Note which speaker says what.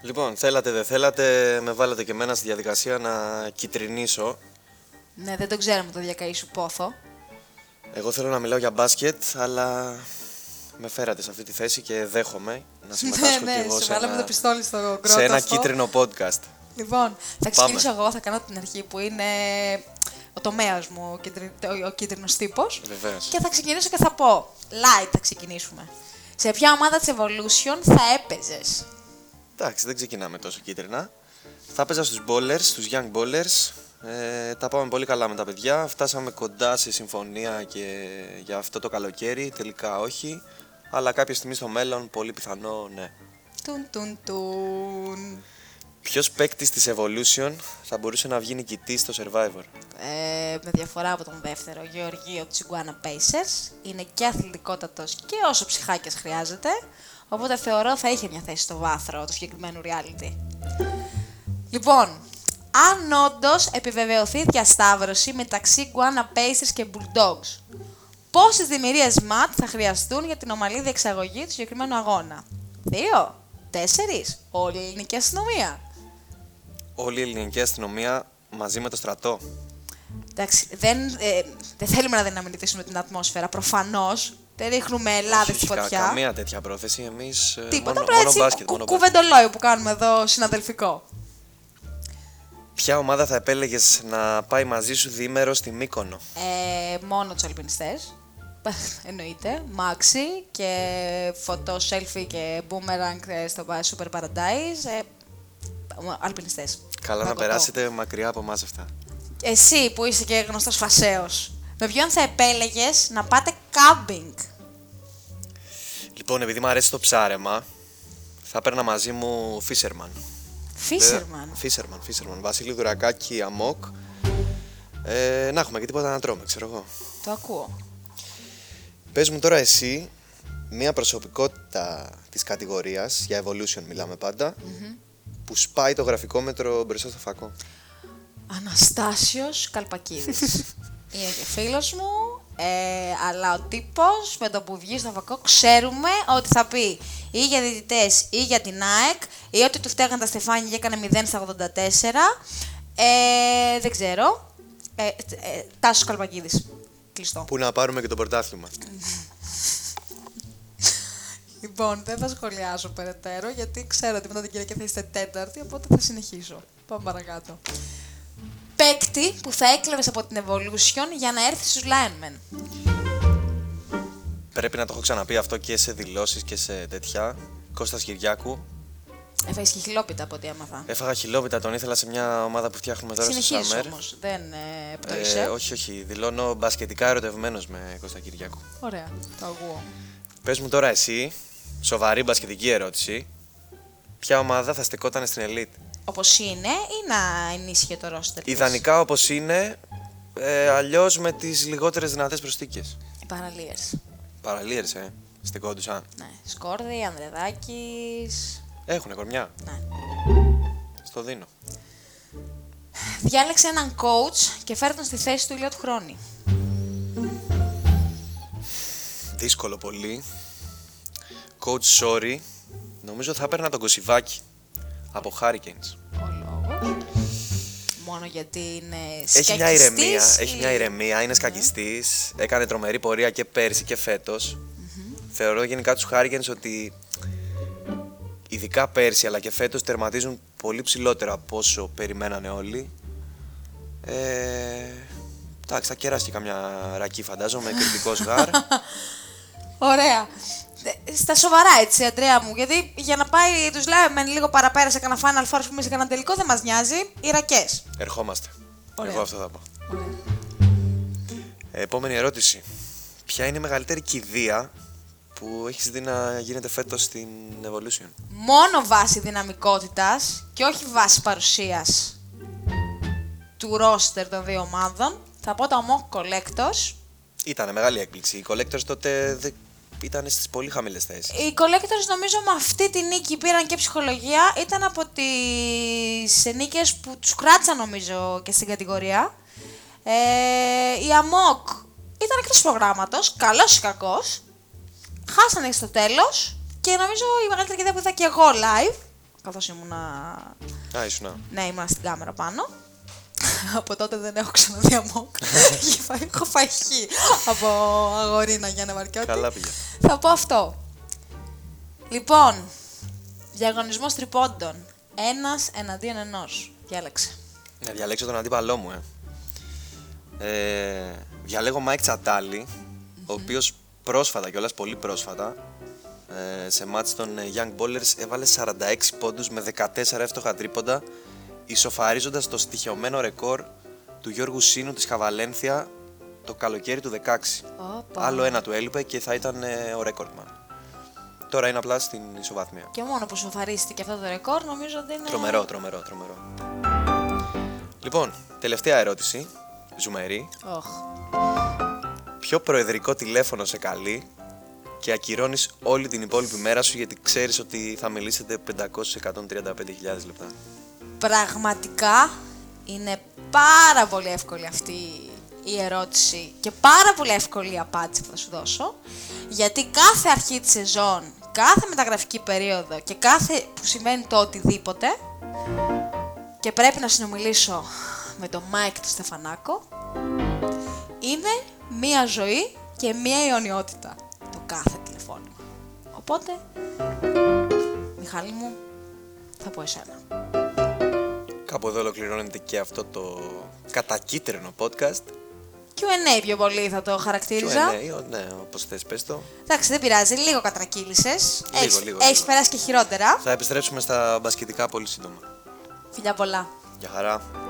Speaker 1: Λοιπόν, θέλατε δεν θέλατε, με βάλατε και εμένα στη διαδικασία να κυτρινίσω.
Speaker 2: Ναι, δεν το ξέραμε το διακαή σου πόθο.
Speaker 1: Εγώ θέλω να μιλάω για μπάσκετ, αλλά με φέρατε σε αυτή τη θέση και δέχομαι να συμμετάσχω
Speaker 2: ναι,
Speaker 1: κι
Speaker 2: ναι,
Speaker 1: εγώ
Speaker 2: σου
Speaker 1: σε
Speaker 2: βάλαμε το
Speaker 1: ένα,
Speaker 2: πιστόλι στο κρότο.
Speaker 1: σε ένα
Speaker 2: αυτό.
Speaker 1: κίτρινο podcast.
Speaker 2: Λοιπόν, θα ξεκινήσω
Speaker 1: Πάμε.
Speaker 2: εγώ, θα κάνω την αρχή που είναι ο τομέας μου, ο, κίτρι... ο κίτρινος τύπος.
Speaker 1: Βεβαίως.
Speaker 2: Και θα ξεκινήσω και θα πω. Light θα ξεκινήσουμε. Σε ποια ομάδα της Evolution θα έπαιζες.
Speaker 1: Εντάξει, δεν ξεκινάμε τόσο κίτρινα. Θα παίζα στους bowlers, στους young bowlers. Ε, τα πάμε πολύ καλά με τα παιδιά. Φτάσαμε κοντά σε συμφωνία και για αυτό το καλοκαίρι. Τελικά όχι. Αλλά κάποια στιγμή στο μέλλον, πολύ πιθανό, ναι.
Speaker 2: Τουν τουν τουν.
Speaker 1: Ποιος παίκτης της Evolution θα μπορούσε να βγει νικητής στο Survivor.
Speaker 2: Ε, με διαφορά από τον δεύτερο, Γεωργίο Τσιγκουάνα Pacers. Είναι και αθλητικότατος και όσο ψυχάκιας χρειάζεται. Οπότε θεωρώ θα είχε μια θέση στο βάθρο του συγκεκριμένου reality. Λοιπόν, αν όντως επιβεβαιωθεί διασταύρωση μεταξύ Γκουάνα Pacers και Bulldogs, πόσες δημιουργίες ματ θα χρειαστούν για την ομαλή διεξαγωγή του συγκεκριμένου αγώνα. Δύο, τέσσερις, όλη η ελληνική αστυνομία.
Speaker 1: Όλη η ελληνική αστυνομία μαζί με το στρατό.
Speaker 2: Εντάξει, δεν, ε, δεν θέλουμε να δυναμητήσουμε την ατμόσφαιρα, προφανώς. Δεν ρίχνουμε Ελλάδα στη
Speaker 1: Όχι, κα-
Speaker 2: φωτιά.
Speaker 1: καμία τέτοια πρόθεση. Εμείς.
Speaker 2: Τίποτα,
Speaker 1: μόνο,
Speaker 2: απλά
Speaker 1: μόνο
Speaker 2: έτσι
Speaker 1: μπάσκετ.
Speaker 2: κου-
Speaker 1: Μόνο μπάσκετ.
Speaker 2: κουβεντολόι που κάνουμε εδώ συναδελφικό.
Speaker 1: Ποια ομάδα θα επέλεγες να πάει μαζί σου διήμερο στη Μύκονο.
Speaker 2: Ε, μόνο τους αλπινιστές. Εννοείται. Μάξι και φωτό selfie και boomerang ε, στο Super Paradise. Ε, αλπινιστές.
Speaker 1: Καλά να περάσετε μακριά από εμάς αυτά.
Speaker 2: Εσύ που είσαι και γνωστός φασαίο, με ποιον θα επέλεγες να πάτε κάμπινγκ.
Speaker 1: Ε, Λοιπόν, επειδή μου αρέσει το ψάρεμα, θα παίρνα μαζί μου Fisherman.
Speaker 2: Φίσερμαν.
Speaker 1: Φίσερμαν, Φίσερμαν. Βασίλη Δουρακάκη, Αμόκ. Ε, να έχουμε και τίποτα να τρώμε, ξέρω εγώ.
Speaker 2: Το ακούω.
Speaker 1: Πες μου τώρα εσύ μία προσωπικότητα της κατηγορίας, για Evolution μιλάμε πάντα, που σπάει το γραφικό μέτρο μπροστά στο φακό.
Speaker 2: Αναστάσιος Καλπακίδης. Είναι και φίλος μου, ε, αλλά ο τύπος με το που βγει στο φακό ξέρουμε ότι θα πει ή για διδυτές ή για την ΑΕΚ ή ότι του φταίγαν τα στεφάνια και έκανε 0 στα 84. Ε, δεν ξέρω. Ε, ε, Τάσος Καλπακίδης. Κλειστό.
Speaker 1: Που να πάρουμε και το πρωτάθλημα.
Speaker 2: Λοιπόν, δεν θα σχολιάσω περαιτέρω γιατί ξέρω ότι μετά την Κυριακή θα είστε τέταρτη, οπότε θα συνεχίσω. Πάμε παρακάτω. Παίκτη που θα έκλεβες από την Evolution για να έρθει στους Lionmen.
Speaker 1: Πρέπει να το έχω ξαναπεί αυτό και σε δηλώσεις και σε τέτοια. Κώστας Κυριάκου.
Speaker 2: Έφαγες και Ε, χιλόπιτα από ό,τι έμαθα.
Speaker 1: Έφαγα χιλόπιτα, τον ήθελα σε μια ομάδα που φτιάχνουμε Ε, τώρα στο
Speaker 2: Συνεχίζεις
Speaker 1: Σάμερ.
Speaker 2: όμως, δεν ε, πτωχείσαι.
Speaker 1: Ε, όχι, όχι. Δηλώνω μπασκετικά ερωτευμένος με Κώστα Κυριάκου.
Speaker 2: Ωραία, το αγούω.
Speaker 1: Πες μου τώρα εσύ, σοβαρή μπασκετική ερώτηση, ποια ομάδα θα στεκόταν στην Elite.
Speaker 2: Όπως είναι ή να ενίσχυε το ρόστερ. της.
Speaker 1: Ιδανικά όπως είναι, ε, αλλιώς με τις λιγότερες δυνατές προσθήκες.
Speaker 2: Οι παραλίες.
Speaker 1: Παραλίες, ε. Στεκόντουσαν.
Speaker 2: Ναι, Σκόρδη, Ανδρεδάκης,
Speaker 1: Έχουνε κορμιά.
Speaker 2: ναι.
Speaker 1: Στο δίνω.
Speaker 2: Διάλεξε έναν coach και φέρε τον στη θέση του Ηλία του Χρόνη.
Speaker 1: Δύσκολο πολύ. Coach sorry. Νομίζω θα έπαιρνα τον Κωσιβάκη από Hurricanes.
Speaker 2: ο λόγος. Μόνο γιατί είναι σκακιστής.
Speaker 1: Έχει μια ηρεμία. Έχει
Speaker 2: ή- Ναι.
Speaker 1: μια ηρεμία. Είναι σκακιστής. Έκανε τρομερή πορεία και πέρσι και φετο Θεωρώ γενικά τους Hurricanes ότι ειδικά πέρσι αλλά και φέτος τερματίζουν πολύ ψηλότερα από όσο περιμένανε όλοι. Ε, εντάξει, θα κεράσει και καμιά ρακή φαντάζομαι, κριτικός γάρ.
Speaker 2: Ωραία. Ε, Στα σοβαρά έτσι, Αντρέα μου. Γιατί για να πάει τους Λάιμεν λίγο παραπέρα σε κανένα Final Four, ας πούμε, σε κανένα τελικό, δεν μας νοιάζει. Οι ρακές.
Speaker 1: Ερχόμαστε.
Speaker 2: Ωραία.
Speaker 1: Εγώ αυτό θα πω. Επόμενη ερώτηση. Ποια είναι η μεγαλύτερη κηδεία που έχεις δει να γίνεται φέτος στην Evolution.
Speaker 2: Μόνο βάση δυναμικότητας και όχι βάση παρουσίας του ρόστερ των δύο ομάδων. Θα πω το Mock Collectors.
Speaker 1: Ήτανε μεγάλη έκπληξη. Οι collectors τότε δεν... ήταν στις πολύ χαμηλές θέσεις.
Speaker 2: Οι Collectors νομίζω με αυτή τη νίκη πήραν και ψυχολογία. Ήταν από τις νίκες που τους κράτησαν νομίζω και στην κατηγορία. Ε, η Αμόκ ήταν εκτός προγράμματος, καλός ή κακός. Χάσανε στο τέλος και νομίζω η μεγαλύτερη κερδία που είδα και εγώ live καθώς ήμουνα
Speaker 1: Α, ήσουνα.
Speaker 2: ναι, ήμουν στην κάμερα πάνω. από τότε δεν έχω ξαναδεί αμόκ. έχω φαχεί από αγορίνα για να μαρκιώτη.
Speaker 1: Καλά πήγε.
Speaker 2: Θα πω αυτό. Λοιπόν, διαγωνισμός τρυπώντων. Ένας εναντίον ενός. Διάλεξε.
Speaker 1: Να διαλέξω τον αντίπαλό μου, ε. ε διαλέγω Μάικ Τσατάλη, ο οποίος πρόσφατα κιόλας, πολύ πρόσφατα, ε, σε μάτς των ε, Young Ballers έβαλε 46 πόντους με 14 εύστοχα τρίποντα, ισοφαρίζοντας το στοιχειωμένο ρεκόρ του Γιώργου Σίνου της Χαβαλένθια το καλοκαίρι του 16.
Speaker 2: Όπα.
Speaker 1: Άλλο ένα του έλειπε και θα ήταν ε, ο ρέκορτμαν. Τώρα είναι απλά στην ισοβαθμία.
Speaker 2: Και μόνο που σοφαρίστηκε αυτό το ρεκόρ νομίζω ότι είναι...
Speaker 1: Τρομερό, τρομερό, τρομερό. Λοιπόν, τελευταία ερώτηση. Ζουμερή.
Speaker 2: Οχ.
Speaker 1: Ποιο προεδρικό τηλέφωνο σε καλεί και ακυρώνεις όλη την υπόλοιπη μέρα σου γιατί ξέρεις ότι θα μιλήσετε 535.000 λεπτά.
Speaker 2: Πραγματικά είναι πάρα πολύ εύκολη αυτή η ερώτηση και πάρα πολύ εύκολη η απάντηση που θα σου δώσω. Γιατί κάθε αρχή της σεζόν, κάθε μεταγραφική περίοδο και κάθε που σημαίνει το οτιδήποτε και πρέπει να συνομιλήσω με τον Μάικ του Στεφανάκο είναι μία ζωή και μία αιωνιότητα το κάθε τηλεφώνημα. Οπότε, Μιχάλη μου, θα πω εσένα.
Speaker 1: Κάπου εδώ ολοκληρώνεται και αυτό το κατακίτρινο podcast.
Speaker 2: Q&A πιο πολύ θα το χαρακτήριζα.
Speaker 1: Q&A, ο- ναι, όπως θες, πες το.
Speaker 2: Εντάξει, δεν πειράζει, λίγο κατρακύλησες.
Speaker 1: Λίγο,
Speaker 2: Έχεις
Speaker 1: λίγο,
Speaker 2: έχεις
Speaker 1: λίγο.
Speaker 2: περάσει και χειρότερα.
Speaker 1: Θα επιστρέψουμε στα μπασκετικά πολύ σύντομα.
Speaker 2: Φιλιά πολλά.
Speaker 1: Γεια χαρά.